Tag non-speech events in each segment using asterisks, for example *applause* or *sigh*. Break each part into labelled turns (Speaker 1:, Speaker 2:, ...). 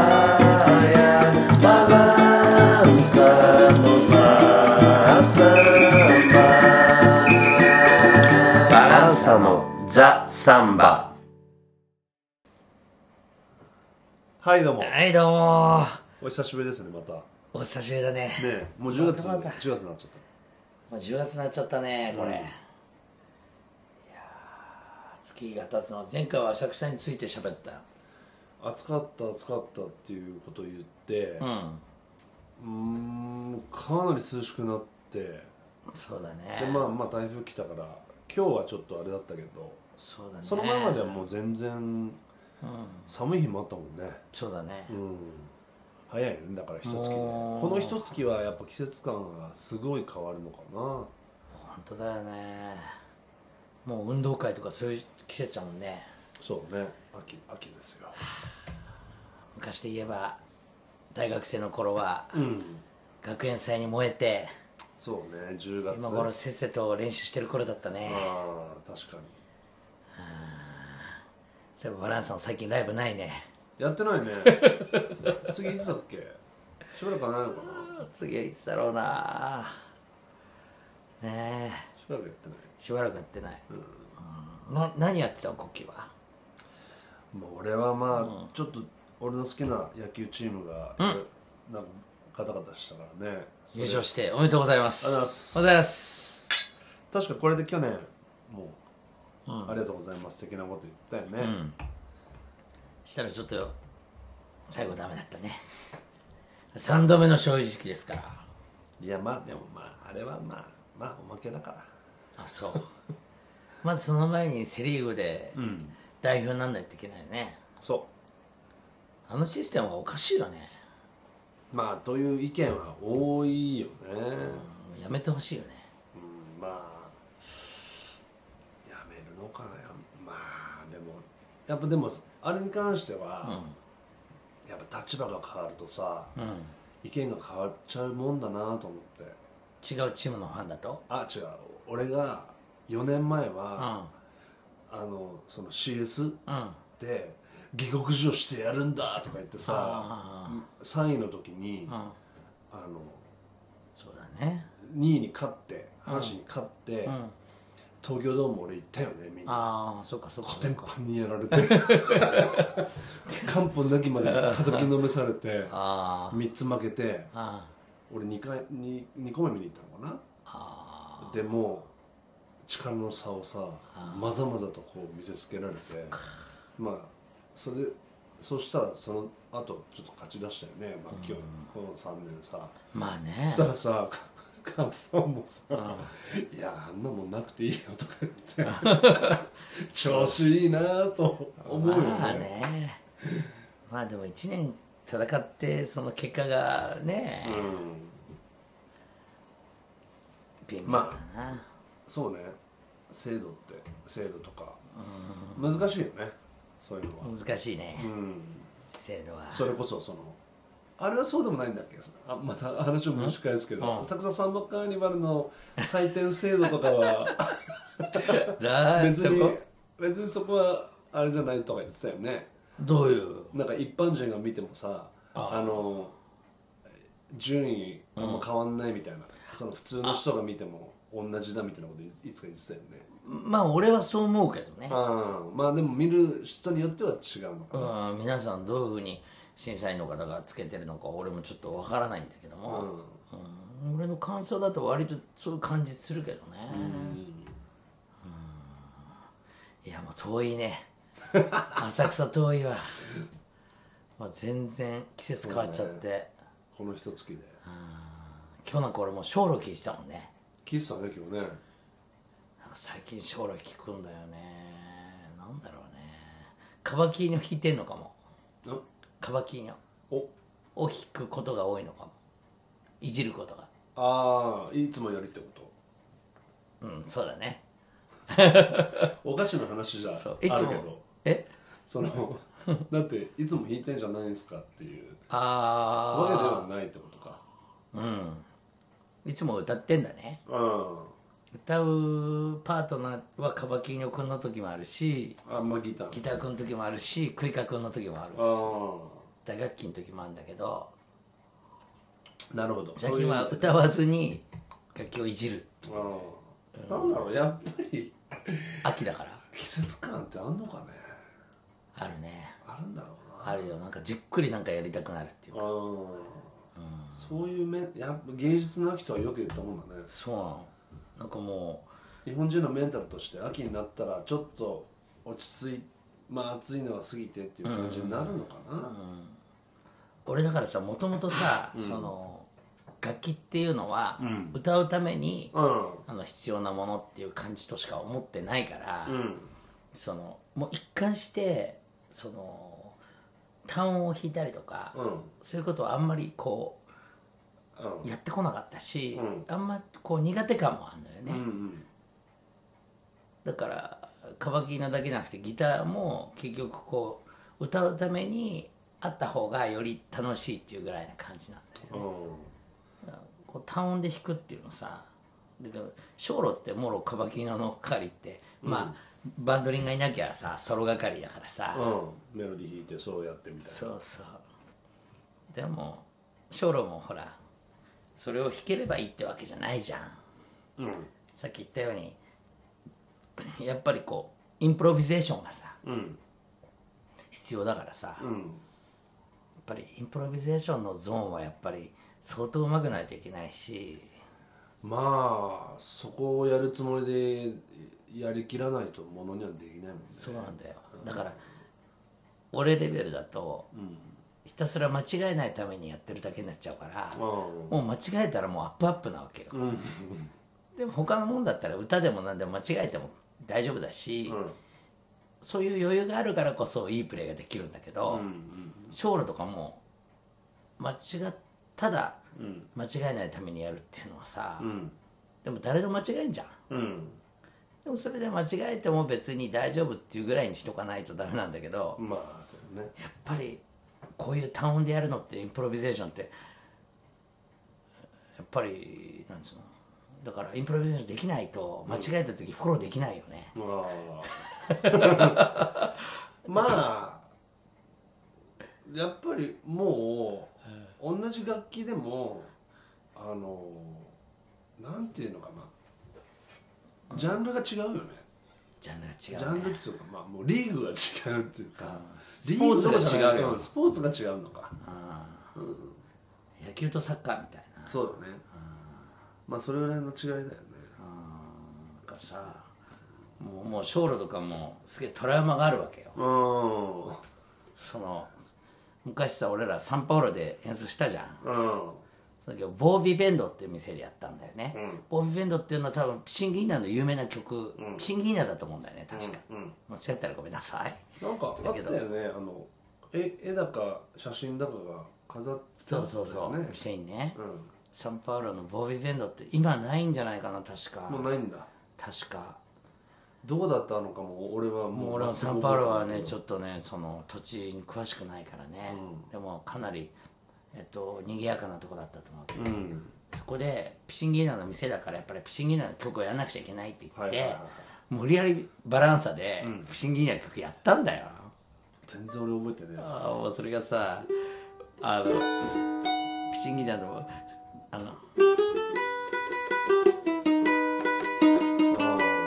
Speaker 1: Praia, balançamos a samba. Balançamos a samba.
Speaker 2: はいどうも
Speaker 3: はい、どうも
Speaker 2: お久しぶりですねまたね
Speaker 3: お久しぶりだね。
Speaker 2: えもう10月
Speaker 3: またまた
Speaker 2: 10月になっちゃっ
Speaker 3: もう10月になっちゃったね、これ。
Speaker 2: うん
Speaker 3: いやー月が経つの。前回は浅草について喋った。
Speaker 2: た暑かった暑かったっていうことを言って
Speaker 3: うん。
Speaker 2: うんんかなり涼しくなってで
Speaker 3: そうだね。
Speaker 2: まあまあ台風来たから今日はちょっとあれだったけど
Speaker 3: そうだね。
Speaker 2: その前まではもう全然寒い日もあったもんね
Speaker 3: そうだね。
Speaker 2: うん早いねだから一月ね
Speaker 3: もう
Speaker 2: この一月はやっぱ季節感がすごい変わるのかな
Speaker 3: 本当だよね。もう運動会とかそういう季節だもんね。
Speaker 2: そうね秋秋ですよ
Speaker 3: 昔で言えば、大学生の頃は、
Speaker 2: うん
Speaker 3: 学園祭に燃えて、
Speaker 2: そうね10月
Speaker 3: 今頃せっせと練習してる頃だったね。
Speaker 2: ああ確かに
Speaker 3: そういえばバランさん最近ライブないね。
Speaker 2: やってない *laughs* ね次いつだっけしばらくはないのかな
Speaker 3: 次はいつだろうなねえ
Speaker 2: しばらくやってない
Speaker 3: しばらくやってない、うんな何やってたのコッキーは
Speaker 2: まあ俺はまあ、ちょっと俺の好きな野球チームが、なんかガタガタしたからねそ
Speaker 3: 優
Speaker 2: れ
Speaker 3: 勝しておめでとうございます
Speaker 2: ありがとうございま
Speaker 3: お
Speaker 2: す
Speaker 3: めでとうございます
Speaker 2: 確かこれで去年もう、ありがとうございます的なこと言ったよね、
Speaker 3: したらちょっと最後ダメだったね3度目の正直ですから
Speaker 2: いやまあでもまああれはまあまあおまけだから
Speaker 3: あそう *laughs* まずその前にセ・リーグで代表になんないといけないよね、
Speaker 2: そ
Speaker 3: あのシステムはおかしいよね
Speaker 2: うまあという意見は多いよね、
Speaker 3: もうやめてほしいよね
Speaker 2: うんまあやめるのかなやまあでもやっぱでもあれに関しては、やっぱ立場が変わるとさ、意見が変わっちゃうもんだなと思って
Speaker 3: 違うチームのファンだと
Speaker 2: あ違う俺が4年前
Speaker 3: うん
Speaker 2: は、あのその CS
Speaker 3: うん
Speaker 2: で下克上してやるんだとか言ってさ3位の時に、あの
Speaker 3: そうだね
Speaker 2: 2位に勝って阪神に勝って、東京ドーム俺行ったよねみんな。
Speaker 3: ああそうかそうかそう
Speaker 2: 電
Speaker 3: か
Speaker 2: 波にやられ
Speaker 3: *laughs*
Speaker 2: て漢方なきまで叩きのめされて
Speaker 3: あ
Speaker 2: 3つ負けて
Speaker 3: ああ
Speaker 2: 俺 2, 回 2, 2個目見に行ったのか
Speaker 3: あ
Speaker 2: なでもう力の差をさまざまざとこう見せつけられてまあそれそしたらその後ちょっと勝ち出したよね、まあ、今日この3年さ
Speaker 3: まあ
Speaker 2: そ
Speaker 3: ね
Speaker 2: した
Speaker 3: *laughs*
Speaker 2: らさ漢方もさ「いやあんなもんなくていいよ」とか言って
Speaker 3: *laughs*
Speaker 2: 調子いいなと思うよ
Speaker 3: まあねまあでも1年戦ってその結果がね、
Speaker 2: うん
Speaker 3: 微妙だな、
Speaker 2: そうね制度って制度とか難しいよねそういうのは、
Speaker 3: 難しいね、
Speaker 2: うん、
Speaker 3: 制度は
Speaker 2: それこそそのあれはそうでもないんだっけあまた話を蒸し返すけど浅草サンバカーニバルの採点制度とか *laughs* は
Speaker 3: だ
Speaker 2: 別
Speaker 3: そ
Speaker 2: に
Speaker 3: こ
Speaker 2: 別にそこはあれじゃないとか言ってたよね
Speaker 3: どういう
Speaker 2: なんか一般人が見てもさあの順位あんま変わんないみたいな、その普通の人が見ても同じだみたいなこといいつか言ってたよね
Speaker 3: まあ俺はそう思うけどね、
Speaker 2: ああまあでも見る人によっては違うのかな、
Speaker 3: うん、皆さんどういうふうに審査員の方がつけてるのか俺もちょっとわからないんだけども、
Speaker 2: うん
Speaker 3: うん俺の感想だと割とそういう感じするけどね、うんいやもう遠い *laughs* ね浅草遠いわもう全然季節変わっちゃって、
Speaker 2: この一月で
Speaker 3: 今日なんか俺もう小ロキしたもんね
Speaker 2: 聞いてたね今日ね
Speaker 3: なんか最近小ロキ聞くんだよねなんだろうねカバキーニョ弾いてんのかも
Speaker 2: あ
Speaker 3: カバキーニョ
Speaker 2: お
Speaker 3: を弾くことが多いのかもいじることが
Speaker 2: ああいつもよりってこ
Speaker 3: うんそうだね
Speaker 2: とお菓子の話じゃあ
Speaker 3: そう
Speaker 2: るけ
Speaker 3: いつ
Speaker 2: ど
Speaker 3: もえ
Speaker 2: その
Speaker 3: *laughs*
Speaker 2: だっていつも弾いてんじゃないですかっていう
Speaker 3: ああ
Speaker 2: わけではないってことか
Speaker 3: いつも歌ってんだね
Speaker 2: うん
Speaker 3: 歌うパートナーはカバキーニョ君の時もあるし
Speaker 2: あんまギター
Speaker 3: ギター君の時もあるしクイカ君の時もあるし
Speaker 2: ああ
Speaker 3: 打楽器の時もあるんだけど
Speaker 2: なるほど
Speaker 3: 最近は
Speaker 2: そういう
Speaker 3: 歌わずに楽器をいじる
Speaker 2: ああなんだろうやっぱり
Speaker 3: 秋だから
Speaker 2: 季節感ってあんのかね
Speaker 3: あるね
Speaker 2: あるんだろうな
Speaker 3: あるよなんかじっくりなんかやりたくなるっていう
Speaker 2: ああそういう面やっぱ芸術の秋とはよく言ったもんだね
Speaker 3: そうなのなんかも
Speaker 2: 日本人のメンタルとして秋になったらちょっと落ち着いまあ暑いのは過ぎてっていう感じになるのかな、
Speaker 3: う俺だからさもともとさ、その楽器っていうのは、歌うために、
Speaker 2: う
Speaker 3: あの必要なものっていう感じとしか思ってないから、
Speaker 2: んうん
Speaker 3: そのもう一貫してその単音を弾いたりとか、
Speaker 2: うん
Speaker 3: そういうことはあんまりこ
Speaker 2: うん
Speaker 3: うやってこなかったし、
Speaker 2: うん
Speaker 3: あんまこう苦手感もあるのよね、
Speaker 2: うん
Speaker 3: だからカバキのだけじゃなくてギターも結局こう歌うためにあった方がより楽しいっていうぐらいな感じなんだよね
Speaker 2: うん
Speaker 3: こう単音で弾くっていうのさだから小路ってもろカバキのの係って、まあバンドリンがいなきゃさソロ係だからさ、
Speaker 2: うんメロディー弾いてそうやってみたいな
Speaker 3: そうそうでも小路もほらそれを弾ければいいってわけじゃないじゃん
Speaker 2: うん
Speaker 3: さっき言ったようにやっぱりこうインプロビゼーションがさ
Speaker 2: うん
Speaker 3: 必要だからさ、
Speaker 2: う
Speaker 3: やっ
Speaker 2: ん
Speaker 3: ぱりインプロビゼーションのゾーンはやっぱり相当上手くないといけないし
Speaker 2: まあそこをやるつもりでやりきらないとものにはできないもんね
Speaker 3: そうなんだよだから俺レベルだと、ひたすら間違えないためにやってるだけになっちゃうから、
Speaker 2: う
Speaker 3: もう間違えたらもうアップアップなわけよ、
Speaker 2: ん
Speaker 3: でも他のもんだったら歌でも何でも間違えても大丈夫だし、
Speaker 2: ん
Speaker 3: そういう余裕があるからこそいいプレーができるんだけど、ショールとかも間違っただ間違えないためにやるっていうのはさ、
Speaker 2: ん
Speaker 3: でも誰でも間違えんじゃん
Speaker 2: うん
Speaker 3: でもそれで間違えても別に大丈夫っていうぐらいにしとかないとダメなんだけど、
Speaker 2: まあそう *laughs* ね
Speaker 3: やっぱりこういう単音でやるのってインプロビゼーションってやっぱりなんつうのだからインプロビゼーションできないと間違えた時フォローできないよね、
Speaker 2: ああまあやっぱりもう同じ楽器でもあのなんていうのかなジャンルが違うよね
Speaker 3: ジャンルが違う、
Speaker 2: ジ
Speaker 3: ね、
Speaker 2: ャンルっていうかまあもうリーグが違うっていうか
Speaker 3: スポーツが違うよ
Speaker 2: リーグとかじゃないんスポーツが違うのか
Speaker 3: 野球とサッカーみたいな
Speaker 2: そうだねまあそれぐらいの違いだよね
Speaker 3: なんかさもうもうショーロとかもすげえトラウマがあるわけよ
Speaker 2: うん
Speaker 3: その昔さ俺らサンパウロで演奏したじゃん
Speaker 2: うん
Speaker 3: その時ボービーベンドっていう店でやったんだよね、ボービーベンドっていうのは多分シンギーナの有名な曲、シンギーナだと思うんだよね確か、間違ったらごめんなさい
Speaker 2: なんかあったよねあの絵絵だか写真だかが飾ってあった
Speaker 3: そ
Speaker 2: よ
Speaker 3: うそうそう、
Speaker 2: ね
Speaker 3: 店にね、サンパウロのボービーベンドって今ないんじゃないかな確か、
Speaker 2: もうないんだ
Speaker 3: 確か
Speaker 2: どうだったのかも俺はもう
Speaker 3: もう俺はサンパウロはねち
Speaker 2: ょっ
Speaker 3: ょっとねその土地に詳しくないからね、でもかなりえっと賑やかなとこだったと思うけど、
Speaker 2: うん
Speaker 3: そこでピシンギーナの店だからやっぱりピシンギーナの曲をやらなくちゃいけないって言って、
Speaker 2: はいはいはいは
Speaker 3: 無理やりバランサでピシンギーナの曲やったんだよ、
Speaker 2: 全然俺覚えてね
Speaker 3: ああもうそれがさあのピシンギーナのあの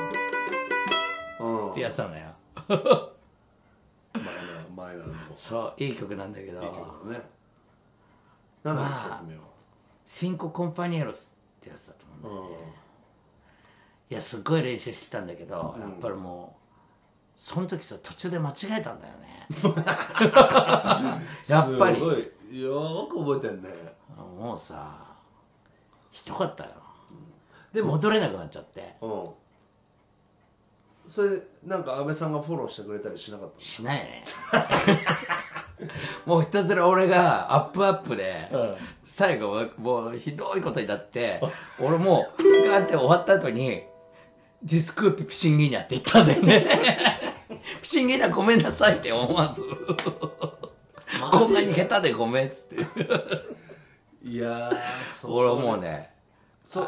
Speaker 2: えうん
Speaker 3: ってやつなのよ
Speaker 2: マイナーマイナーの
Speaker 3: そういい曲なんだけど
Speaker 2: 曲だねなんだっけ曲名は
Speaker 3: シンコ・コンパニエロスってやつだと思うんだよね
Speaker 2: う
Speaker 3: いやすごい練習してたんだけど、やっぱりもうその時さ途中で間違えたんだよ
Speaker 2: *laughs*
Speaker 3: ねやっぱ
Speaker 2: ん
Speaker 3: り
Speaker 2: すごいよーく覚えてんね
Speaker 3: もうさひどかったよ
Speaker 2: でも
Speaker 3: 戻れなくなっちゃって
Speaker 2: うんそれなんか安倍さんがフォローしてくれたりしなかった
Speaker 3: しない
Speaker 2: *laughs*
Speaker 3: ねもうひたすら俺がアップアップで、
Speaker 2: ん
Speaker 3: 最後はもうひどいことになって俺もうガーって終わった後にジスクーピピシンギーニャって言ったんだよ
Speaker 2: *laughs*
Speaker 3: ねピシンギーニャごめんなさいって思わずこんなに下手でごめんっつって
Speaker 2: いやーそ
Speaker 3: 俺はもうね
Speaker 2: そう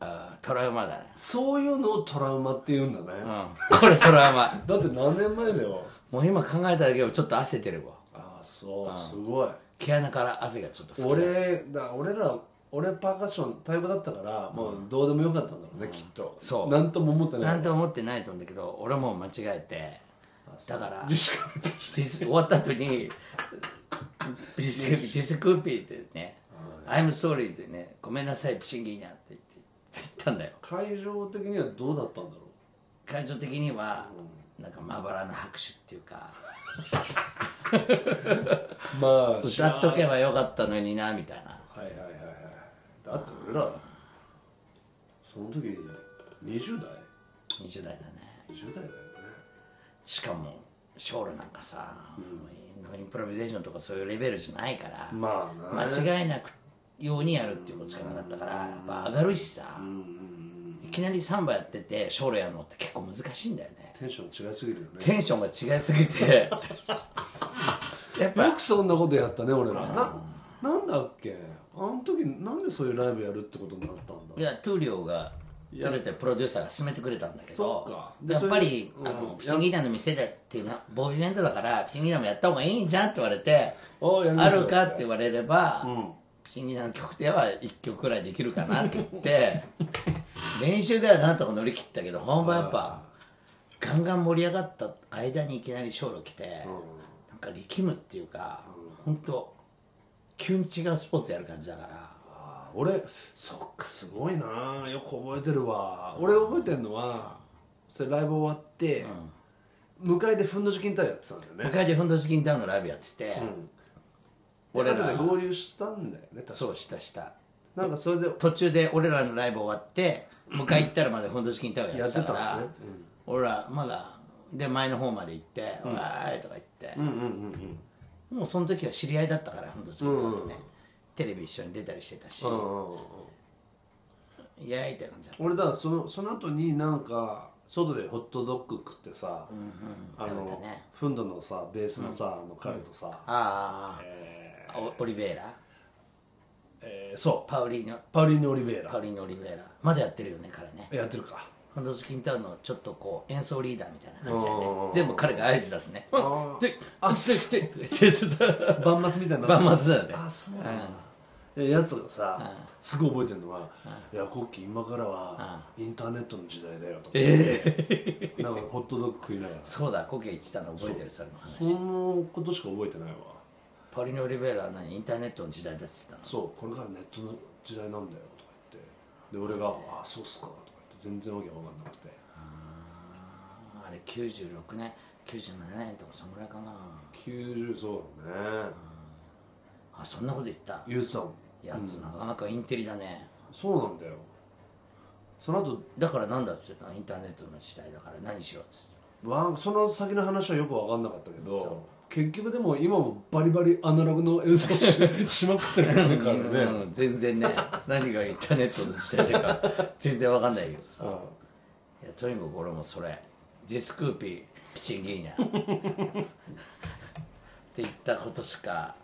Speaker 3: ああートラウマだね。
Speaker 2: そういうのをトラウマって言うんだね、
Speaker 3: うん。これトラウマ。
Speaker 2: だって何年前だよ
Speaker 3: もう今考えただけでもちょっと汗出るわ。
Speaker 2: ああそうすごい
Speaker 3: 毛穴から汗がちょっと吹き出す。
Speaker 2: 俺だ俺ら俺パーカッションタイプだったから、もうどうでもよかったんだろうね、きっと
Speaker 3: そう
Speaker 2: なんとも思ってない
Speaker 3: なんとも思ってないと思うんだけど、俺もう間違えて、だから、
Speaker 2: リスク
Speaker 3: 実終わった後に「ビスクビスクーピー」ってね「I'm sorry」でね「ごめんなさいピシンギーニャ」って言って言ったんだよ
Speaker 2: 会場的にはどうだったんだろ *laughs*
Speaker 3: 感情的にはなんかまばらな拍手っていうか
Speaker 2: うまあ
Speaker 3: 歌っとけばよかったのになみたいな
Speaker 2: はいはいはいはいだって俺らその時20代
Speaker 3: 20代だね
Speaker 2: 20代だよね
Speaker 3: しかもショールなんかさ、インプロビゼーションとかそういうレベルじゃないから、
Speaker 2: まあな
Speaker 3: 間違えなくようにやるっていうことしかなかったからやっぱ上がるしさ、いきなりサンバやっててショールやるのって結構難しいんだよね
Speaker 2: テンション違いすぎるよね
Speaker 3: テンションが違いすぎてやっ
Speaker 2: *laughs* よ
Speaker 3: ぱ
Speaker 2: くそんなことやったね俺らななんだっけあの時なんでそういうライブやるってことになったんだ
Speaker 3: いやトゥーリオがそれってプロデューサーが勧めてくれたんだけ
Speaker 2: そ
Speaker 3: ど
Speaker 2: っかで
Speaker 3: やっぱり、
Speaker 2: それ
Speaker 3: あ
Speaker 2: うん
Speaker 3: のピシンギーナの店だっていうなボーイフレンドだからピシンギーナもやった方がいいんじゃんって言われて
Speaker 2: おうやりま
Speaker 3: あ
Speaker 2: すよ
Speaker 3: るかって言われれば、
Speaker 2: ん
Speaker 3: ピシンギーナの曲では1曲くらいできるかなって言って *laughs* 練習ではなんとか乗り切ったけど本番やっぱガンガン盛り上がった間にいきなりショール来て、なんか力むっていうか、本当急に違うスポーツやる感じだから
Speaker 2: あ俺そっかすごいなよく覚えてるわ俺覚えてるのはそれライブ終わって、向かいでふんどし金対やってたんだよね
Speaker 3: 向かいでフンドチキンタウンのライブやってて、
Speaker 2: 俺
Speaker 3: 俺ら
Speaker 2: 後で合流したんだよね確か
Speaker 3: そうしたした
Speaker 2: なんかそれで
Speaker 3: 途中で俺らのライブ終わって向かい行ったらまだフンドチキンタウンやってたから
Speaker 2: やってたのね
Speaker 3: 俺らまだで前の方まで行って「わーい」とか言って、もうその時は知り合いだったからフンドチキンタウンとね、テレビ一緒に出たりしてたし「イエーイ」って感じだった
Speaker 2: 俺だからそのその後になんか外でホットドッグ食ってさ、あの
Speaker 3: 食べたね
Speaker 2: フンドのさベースのさ、あの彼とさ、
Speaker 3: あー、あーオリベイラ
Speaker 2: えーそう
Speaker 3: パウリーノ
Speaker 2: パウリーニ・オリベイ
Speaker 3: パ
Speaker 2: ラ
Speaker 3: ウリーノ・オリベイラまだやってるよね彼ね
Speaker 2: やってるか
Speaker 3: ハンドスキンタウンのちょっとこう演奏リーダーみたいな感じだよね全部彼が合図出すね *laughs* うんであっでででで
Speaker 2: バンマスみたいな
Speaker 3: バンマスだよね
Speaker 2: あそうなんだでやつがさすごい覚えてるのは「いやコッキー今からはインターネットの時代だよ」とか
Speaker 3: *laughs*
Speaker 2: 言ってなんかホットドッグ食いながらそ
Speaker 3: そうだコケ言ってたの覚えてるそれの話
Speaker 2: のことしか覚えてないわ
Speaker 3: パウリーノ・オリベイラは何インターネットの時代だって言って
Speaker 2: そうこれからネットの時代なんだよとか言ってで俺が「あそうっすか」とか言って全然わけわかんなくて
Speaker 3: たのあれ96年97年とかそのぐらいかな
Speaker 2: 90そうだね
Speaker 3: あそんなこと言ってた
Speaker 2: 言うてたもん
Speaker 3: やつなかなかインテリだね
Speaker 2: そうなんだよその後
Speaker 3: だからなんだっつってたのインターネットの時代だから何しろっつって
Speaker 2: わんその先の話はよく分かんなかったけど結局でも今もバリバリアナログの演奏
Speaker 3: *laughs*
Speaker 2: ししまくってるからね
Speaker 3: たうん全然ね何がインターネットの時代だか全然わかんないけどさ
Speaker 2: あ
Speaker 3: いやとにかく俺もそれジスクーピーピチンギーニャって言ったことしか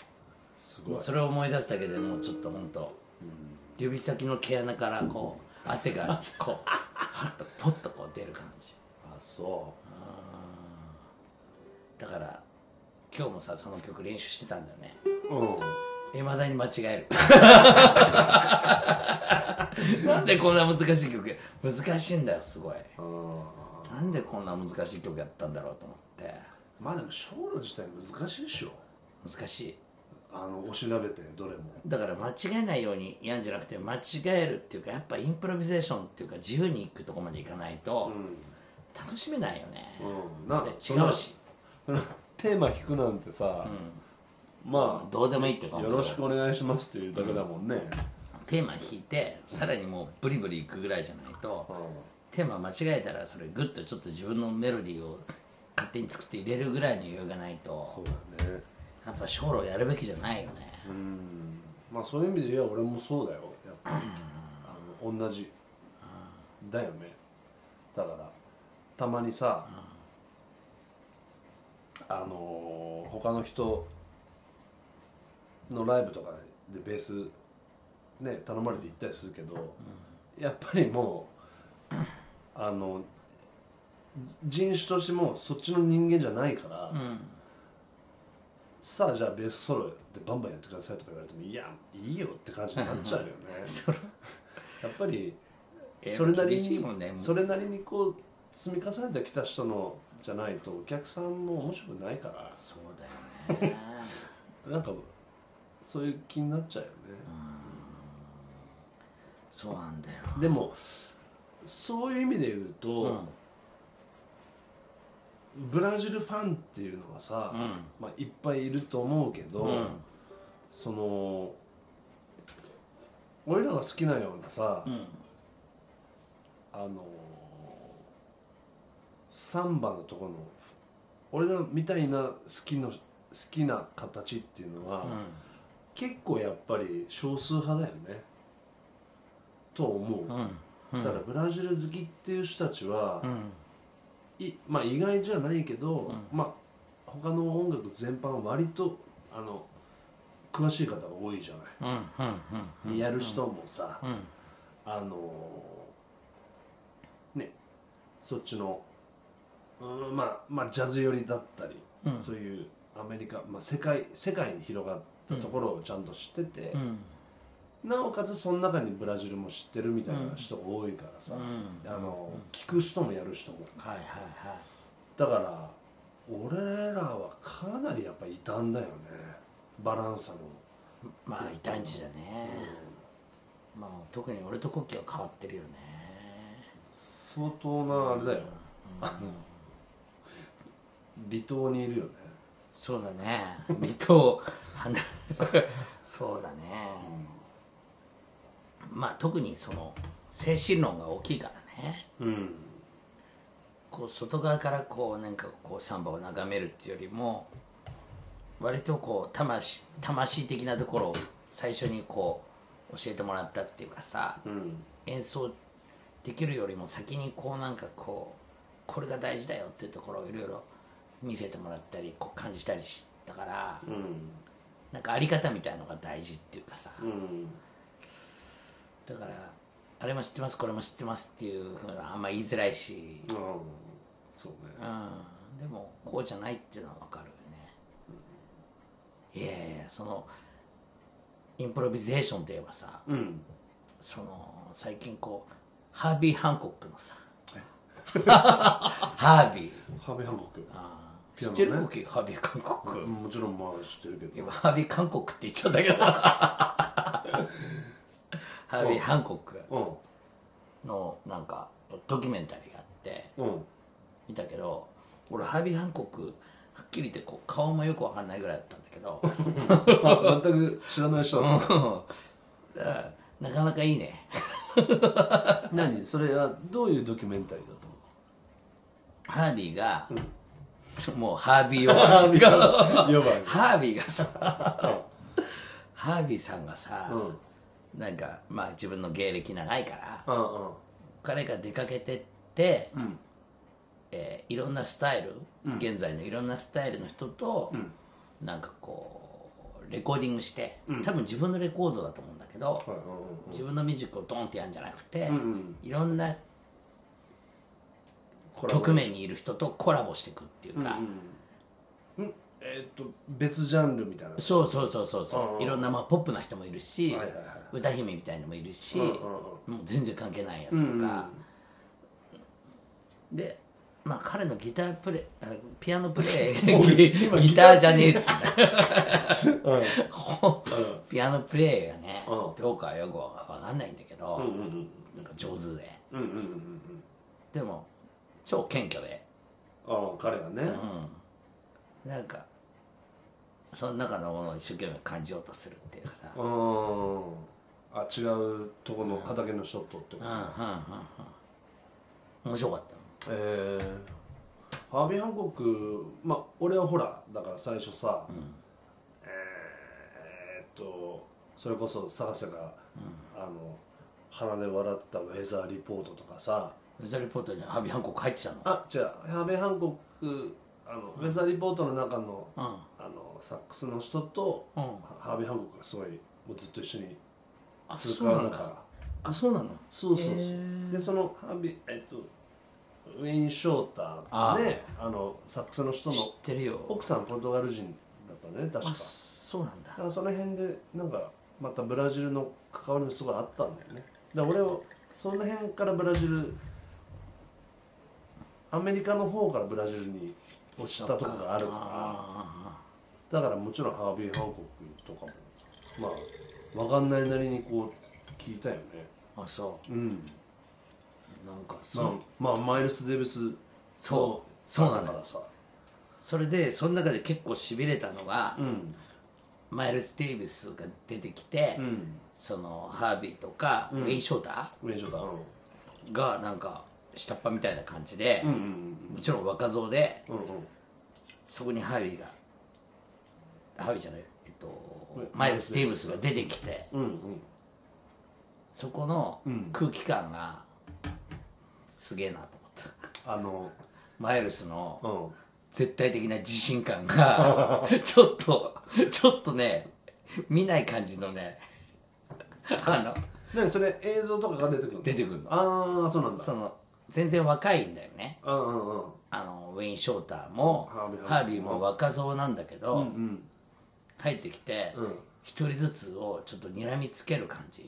Speaker 2: す
Speaker 3: も
Speaker 2: ご
Speaker 3: う
Speaker 2: い
Speaker 3: それを思い出すだけでもうちょっとほんと指先の毛穴からこう汗がこうハッとポッとこう出る感じ
Speaker 2: あそ
Speaker 3: だから今日もさその曲練習してたんだよね
Speaker 2: ううん
Speaker 3: いまだに間違える *laughs* なんでこんな難しい曲や難しいんだよすごい
Speaker 2: あ
Speaker 3: なんでこんな難しい曲やったんだろうと思って
Speaker 2: まあでもショール自体難しいでしょ
Speaker 3: 難しい
Speaker 2: あのお調べてどれも
Speaker 3: だから間違えないようにやんじゃなくて間違えるっていうかやっぱインプロビゼーションっていうか自由に行くとこまでいかないと楽しめないよね、
Speaker 2: うんな
Speaker 3: で
Speaker 2: そんな
Speaker 3: 違うし
Speaker 2: その *laughs* テーマ弾くなんてさ、ま
Speaker 3: どうでもいいって
Speaker 2: あ
Speaker 3: 感じ
Speaker 2: よろしくお願いしますっていうだけだもんね、
Speaker 3: テーマ弾いてさらにもうブリブリいくぐらいじゃないと、テーマ間違えたらそれグッとちょっと自分のメロディーを勝手に作って入れるぐらいの余裕がない
Speaker 2: そ
Speaker 3: と
Speaker 2: うだね
Speaker 3: やっぱ小路やるべきじゃないよね、
Speaker 2: まあそういう意味でいや俺もそうだよやっぱりあの同じだよねだからたまにさあのー他の人のライブとかでベースね頼まれて行ったりするけど、やっぱりもうあの人種としてもそっちの人間じゃないから、さあじゃあベースソロでバンバンやってくださいとか言われてもいやいいよって感じになっちゃうよね
Speaker 3: *laughs*
Speaker 2: やっぱり
Speaker 3: えー
Speaker 2: それなり
Speaker 3: 厳しい
Speaker 2: に、
Speaker 3: もんね
Speaker 2: それなりにこう積み重ねてきた人のじゃないとお客さんも面白くないから
Speaker 3: そうだよね
Speaker 2: なんかそういう気になっちゃうよね、
Speaker 3: そうなんだよ
Speaker 2: でもそういう意味で言うと、ブラジルファンっていうのはさ、まあ、いっぱいいると思うけど、その俺らが好きなようなさ、あのーサンバのところの俺らみたいな好きの好きな形っていうのは、結構やっぱり少数派だよねと思う、ただブラジル好きっていう人たちは、いまあ意外じゃないけど、まあ他の音楽全般割とあの詳しい方が多いじゃない、やる人もさ、あのーねそっちのうーんまあまあジャズ寄りだったり、そういうアメリカ、まあ、世界世界に広がったところをちゃんと知ってて、なおかつその中にブラジルも知ってるみたいな人が多いからさ、あの聞く人もやる人も
Speaker 3: はいはいはい
Speaker 2: だから俺らはかなりやっぱ異端だよねバランサの
Speaker 3: まあ異端児だね、まあ特に俺と国旗は変わってるよね
Speaker 2: 相当なあれだよ、あの離島にいるよね
Speaker 3: そうだね離島離そうだね、まあ特にその精神論が大きいからね
Speaker 2: うん
Speaker 3: こう外側からこうなんかこうサンバを眺めるっていうよりも割とこう魂魂的なところを最初にこう教えてもらったっていうかさ、
Speaker 2: うん
Speaker 3: 演奏できるよりも先にこうなんかこうこれが大事だよっていうところをいろいろ見せてもらったりこう感じたりしたから、
Speaker 2: うん
Speaker 3: なんかあり方みたいのが大事っていうかさ、
Speaker 2: うん
Speaker 3: だからあれも知ってますこれも知ってますっていうふうなあんま言いづらいし、
Speaker 2: うんそうね
Speaker 3: うん、でもこうじゃないっていうのは分かるよね、いやいやそのインプロビゼーションといえばさ
Speaker 2: うん
Speaker 3: その最近こうハービー・ハンコックの
Speaker 2: *laughs*
Speaker 3: さハービー
Speaker 2: ハービー・ハンコック
Speaker 3: 知っ
Speaker 2: ピアノね
Speaker 3: てる僕ハービー韓国
Speaker 2: もちろんまあ知ってるけど
Speaker 3: 今ハービー韓国って言っちゃったけ
Speaker 2: *laughs*
Speaker 3: どハービー韓国
Speaker 2: う
Speaker 3: のなんかドキュメンタリーがあって
Speaker 2: んうん
Speaker 3: 見たけど俺ハービー韓国はっきり言ってこう顔もよくわかんないぐらいだったんだけど
Speaker 2: あ全く知らない人だ
Speaker 3: だ
Speaker 2: っ
Speaker 3: からなかなかいいね
Speaker 2: た何それはどういうドキュメンタリーだと思う
Speaker 3: ハービーが、もうハービーを
Speaker 2: ハービー呼ばれる
Speaker 3: ハービーがさ、ハービーさんがさ、なんか、まあ自分の芸歴長いから、
Speaker 2: うんうん
Speaker 3: 彼が出かけてって、えーいろんなスタイル、現在のいろんなスタイルの人と、なんかこう、レコーディングして、多分自分のレコードだと思うんだけど、
Speaker 2: はいうんうん
Speaker 3: 自分のミュージックをドンってやるんじゃなくて、いろんな
Speaker 2: コラボ
Speaker 3: 局面にいる人とコラボしていくっていうか、
Speaker 2: えーっと別ジャンルみたいな
Speaker 3: そうそうそうそうそういろんな、まあ、ポップな人もいるし、
Speaker 2: はいはいはい
Speaker 3: 歌姫みたいのもいるし、もう全然関係ないやつとか、でまあ彼のギタープレイあピアノプ
Speaker 2: *laughs*
Speaker 3: レイギギターじゃねえっつって、
Speaker 2: *laughs*
Speaker 3: ほピアノプレイがね、どうかはよくわかんないんだけど、なんか上手で
Speaker 2: うんうんうんうん
Speaker 3: でも超謙虚で
Speaker 2: ああ彼がね
Speaker 3: なんかその中のものを一生懸命感じようとするっていうかさ、
Speaker 2: うんあ違うとこの畑のショットってこと
Speaker 3: 面白かった
Speaker 2: えー、ハービー・ハンコックまあ俺はほらだから最初さ、えーっとそれこそ探せが、あの鼻で笑ってたウェザーリポートとかさ
Speaker 3: ウェザーリポートにハービー・ハンコック入ってたの
Speaker 2: あ違うハービー・ハンコックあの、ウェザーリポートの中の,、
Speaker 3: うん
Speaker 2: あのサックスの人と、
Speaker 3: うん
Speaker 2: ハービー・ハンコックがすごいもうずっと一緒に
Speaker 3: あ
Speaker 2: 通
Speaker 3: そう
Speaker 2: 過
Speaker 3: な
Speaker 2: だ
Speaker 3: ん
Speaker 2: か
Speaker 3: だ
Speaker 2: ら
Speaker 3: あそうなの
Speaker 2: そうそうそう、
Speaker 3: へー
Speaker 2: でそのハビえっとウェイン・ショータ
Speaker 3: あ
Speaker 2: ーねあのサックスの人の
Speaker 3: 知ってるよ
Speaker 2: 奥さんポルトガル人だったね確か
Speaker 3: あそうなんだ
Speaker 2: だからその辺でなんかまたブラジルの関わりもすごいあったんだよねだから俺はその辺からブラジルアメリカの方からブラジルにを知ったとこがあるか
Speaker 3: あ
Speaker 2: らだからもちろんハービー・ハンコックとかもまあわかんないなりにこう聞いたよね
Speaker 3: ーあそ
Speaker 2: うん
Speaker 3: うなんかそ,、
Speaker 2: まあ、まあ、マイルス・デイビス
Speaker 3: そうそうな
Speaker 2: だ
Speaker 3: の
Speaker 2: からさ
Speaker 3: それでその中で結構しびれたのが、
Speaker 2: うん
Speaker 3: マイルス・デイビスが出てきて、
Speaker 2: うん
Speaker 3: そのハービーとか、ウェイン・ショータ
Speaker 2: 名所だうん
Speaker 3: ーがなんか下っ端みたいな感じで、
Speaker 2: うんうん
Speaker 3: もちろん若造で
Speaker 2: うんうん
Speaker 3: そこにハービーがハービーじゃないえっと
Speaker 2: ん
Speaker 3: マイルス・デイビスが出てきて、
Speaker 2: うんうん
Speaker 3: そこの
Speaker 2: ん
Speaker 3: 空気感がすげえなと思った
Speaker 2: *laughs* あの
Speaker 3: マイルスの
Speaker 2: うん
Speaker 3: 絶対的な自信感
Speaker 2: *laughs*
Speaker 3: がちょっとちょっとね見ない感じの
Speaker 2: *laughs*
Speaker 3: ねあの
Speaker 2: 何それ映像とかが出てくるの
Speaker 3: 出てくるの
Speaker 2: ああそうなんだ
Speaker 3: その全然若いんだよね
Speaker 2: うんうんうん
Speaker 3: あのウェイン・ショーターも
Speaker 2: ハービー
Speaker 3: ハービーも若造なんだけど、
Speaker 2: うん
Speaker 3: 入ってきて
Speaker 2: うん
Speaker 3: 一、人ずつをちょっと睨みつける感
Speaker 2: *laughs*
Speaker 3: じ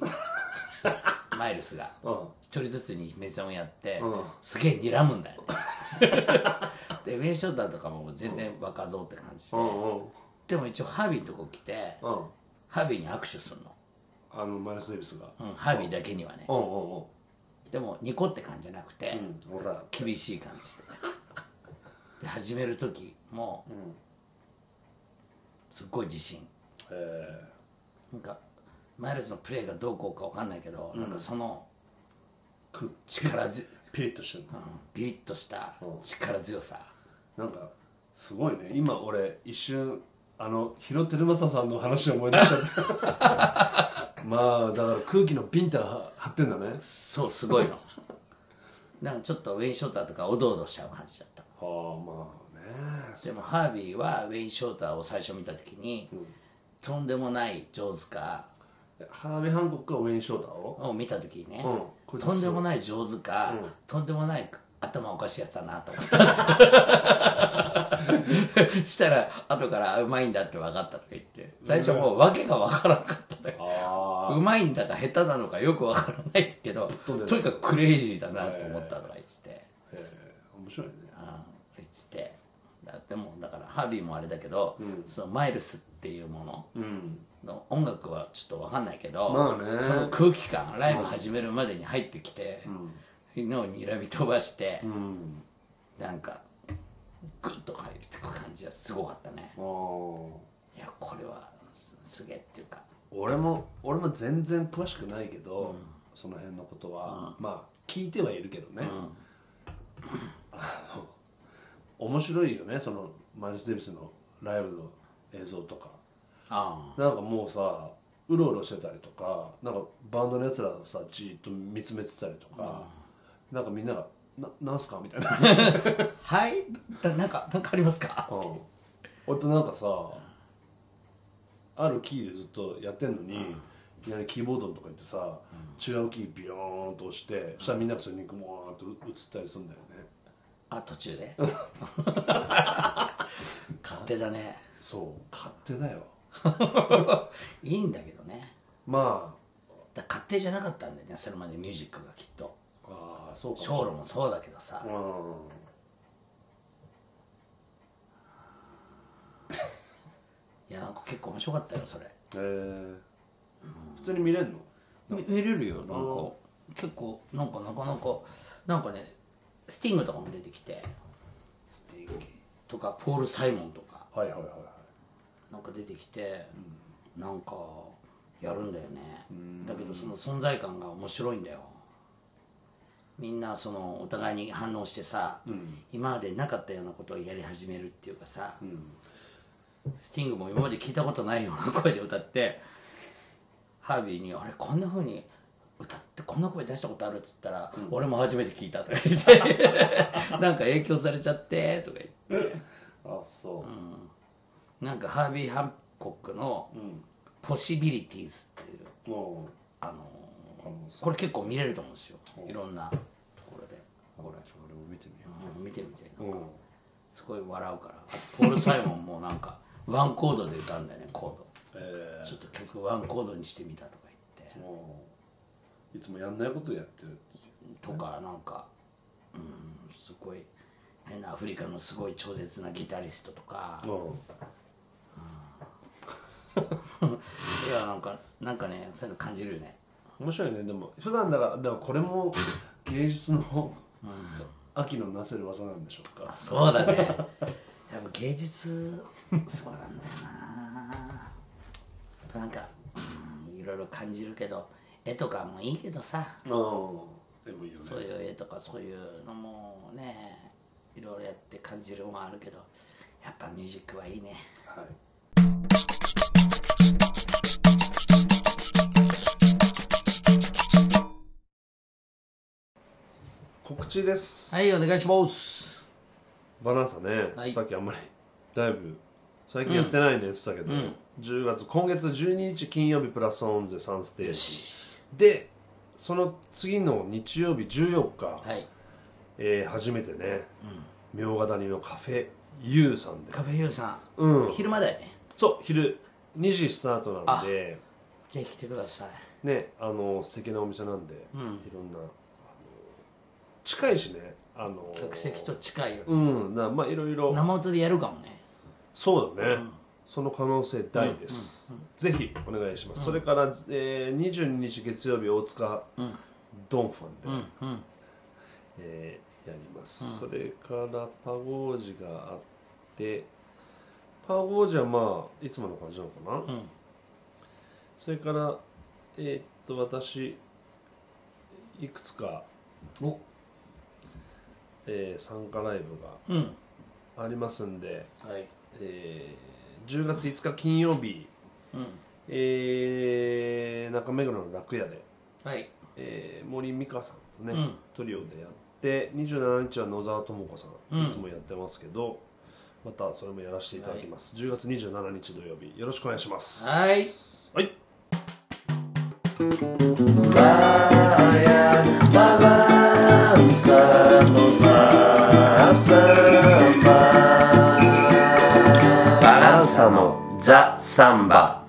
Speaker 3: マイルスが
Speaker 2: うん
Speaker 3: 一人ずつに目線をやって、
Speaker 2: うん
Speaker 3: すげえ睨むんだよね *laughs* でウェイン・ショーターとかも全然若造って感じで、
Speaker 2: うんうん
Speaker 3: でも一応ハービーのとこ来て
Speaker 2: うん
Speaker 3: ハービーに握手するの、
Speaker 2: あのマイルス・デイビスが
Speaker 3: うん、ハービーだけにはね
Speaker 2: うんうんうん
Speaker 3: でもニコって感じじゃなくて、
Speaker 2: うんほら
Speaker 3: 厳しい感じでで始める時もすっごい自信
Speaker 2: え
Speaker 3: なんかマイルズのプレーがどうこうか分かんないけど、なんかその
Speaker 2: く
Speaker 3: 力ず、
Speaker 2: ーピリッとしてる
Speaker 3: うんビリッとした力強さ、
Speaker 2: なんかすごいね今俺一瞬あの日野照正さんの話を思い出しちゃった *laughs* まあだから空気のビンタが張ってんだね
Speaker 3: そうすごいのなんかちょっとウェイン・ショーターとかおどおどしちゃう感じだった
Speaker 2: はあまあね
Speaker 3: でもハービーはウェイン・ショーターを最初見た時に、とんでもない上手か
Speaker 2: ハービー・ハンコックがウェイン・ショーターを
Speaker 3: を見た時にね、
Speaker 2: うんこいつ
Speaker 3: とんでもない上手か、とんでもない頭おかしいやつだなと思った *laughs* したら後からあうまいんだって分かったとか言って最初もう訳が分からなかったんだよ
Speaker 2: あ
Speaker 3: うまいんだか下手なのかよく分からないけど
Speaker 2: 飛んでる
Speaker 3: とにかくクレイジーだなと思ったとか言ってて、
Speaker 2: あ面白いね
Speaker 3: あー言っててだってもうだからハービーもあれだけど、そのマイルスっていうもの、
Speaker 2: うん
Speaker 3: の音楽はちょっと分かんないけど、
Speaker 2: まあね
Speaker 3: その空気感ライブ始めるまでに入ってきて、のをにらみ飛ばして、
Speaker 2: うん
Speaker 3: なんかグッと入ってく感じがすごかったね
Speaker 2: ああ
Speaker 3: いやこれはすすげえっていうか
Speaker 2: 俺も俺も全然詳しくないけど、その辺のことは、まあ聞いてはいるけどね、あの面白いよねそのマイルス・デイビスのライブの映像とか
Speaker 3: あ
Speaker 2: なんかもうさうろうろしてたりとかなんかバンドのやつらをさじーっと見つめてたりとか、なんかみんなが「ななんすか?」みたいな、
Speaker 3: あはいだなんかなんかありますか
Speaker 2: うん、俺となんかさあるキーでずっとやってんのに、いきなりキーボードのとか行ってさ、違うキービヨーンと押してそしたらみんながそれにグモーンと映ったりするんだよね
Speaker 3: あ途中で *laughs* 勝手だね
Speaker 2: そう勝手だよ
Speaker 3: いいんだけどね
Speaker 2: ま
Speaker 3: だ勝手じゃなかったんだよねそれまでミュージックがきっと
Speaker 2: あああそうか
Speaker 3: シ
Speaker 2: も
Speaker 3: ョーロもそうだけどさ、
Speaker 2: うん
Speaker 3: いやなんか結構面白かったよそれ
Speaker 2: えー、普通に見れんの
Speaker 3: 見見れるよなんか結構なんかなかなかなんかねスティングとかも出てきて
Speaker 2: スティンキ
Speaker 3: とかポール・サイモンとか
Speaker 2: ーはいはいはいはい
Speaker 3: なんか出てきて、なんかやるんだよね、だけどその存在感が面白いんだよみんなそのお互いに反応してさ、今までなかったようなことをやり始めるっていうかさ、スティングも今まで聞いたことないような声で歌ってハービーに「あれこんな風に歌ってこんな声出したことある?」っつったら、俺も初めて聞いた」とか言って *laughs* 「なんか影響されちゃって」とか言って。
Speaker 2: あそう、
Speaker 3: なんかハービー・ハンコックの「ポシビリティーズ」っていう、
Speaker 2: も
Speaker 3: あの
Speaker 2: あのさ
Speaker 3: これ結構見れると思うんですよいろんなところでこれ
Speaker 2: ちょ俺も見てみよ
Speaker 3: うん見てみて
Speaker 2: う、うん、
Speaker 3: すごい笑うからあとポール・サイモンもなんかワンコードで歌うんだよねコ
Speaker 2: え
Speaker 3: ードちょっと曲ワンコードにしてみたとか言って
Speaker 2: ー、もういつもやんないことをやってるっていう
Speaker 3: とかなんかうんすごい変なアフリカのすごい超絶なギタリストとか
Speaker 2: う
Speaker 3: いやなんかなんかねそういうの感じるよね
Speaker 2: ん面白いねでも普段だからでもこれも芸術の秋のなせる技なんでしょうか
Speaker 3: そう *laughs* だねやっぱ芸術そうなんだよなやっぱなんか、うん、いろいろ感じるけど絵とかもいいけどさ
Speaker 2: うんでもいいよね
Speaker 3: そういう絵とかそういうのもねいろいろやって感じるもんあるけどやっぱミュージックはいいね
Speaker 2: はい告知です、
Speaker 3: はいお願いします
Speaker 2: バナナさんね、
Speaker 3: はい
Speaker 2: さっきあんまり *laughs* ライブ最近やってないねって言ってたけど、10月今月12日金曜日プラスオンゼ3ステージでその次の日曜日14日、
Speaker 3: はい
Speaker 2: えー初めてね茗荷、谷のカフェ U さんで
Speaker 3: カフェユーさん、
Speaker 2: うん
Speaker 3: 昼間だよね
Speaker 2: そう昼2時スタートなんで
Speaker 3: ぜひ来てください
Speaker 2: ねあの素敵なお店なんで、いろんなあの近いしねあの
Speaker 3: 客席と近いよ、
Speaker 2: うんなまあいろいろ
Speaker 3: 生音でやるかもね
Speaker 2: そうだね、その可能性大です、ぜひお願いします、それから、えー、22日月曜日大塚ドンファンで、えーやります、それからパゴージがあってパゴージはまあいつもの感じなのかな、それからえーっと私いくつか、
Speaker 3: お
Speaker 2: えー参加ライブ
Speaker 3: うん
Speaker 2: がありますんで、
Speaker 3: はい
Speaker 2: えー10月5日金曜日、えー中目黒の楽屋で、
Speaker 3: はい
Speaker 2: えー森美香さんとね、
Speaker 3: うん
Speaker 2: トリオでやって27日は野沢智子さん、
Speaker 3: うん
Speaker 2: いつもやってますけどまたそれもやらせていただきます、10月27日土曜日よろしくお願いします
Speaker 3: はい
Speaker 2: はい
Speaker 1: バランサのザ・サンバ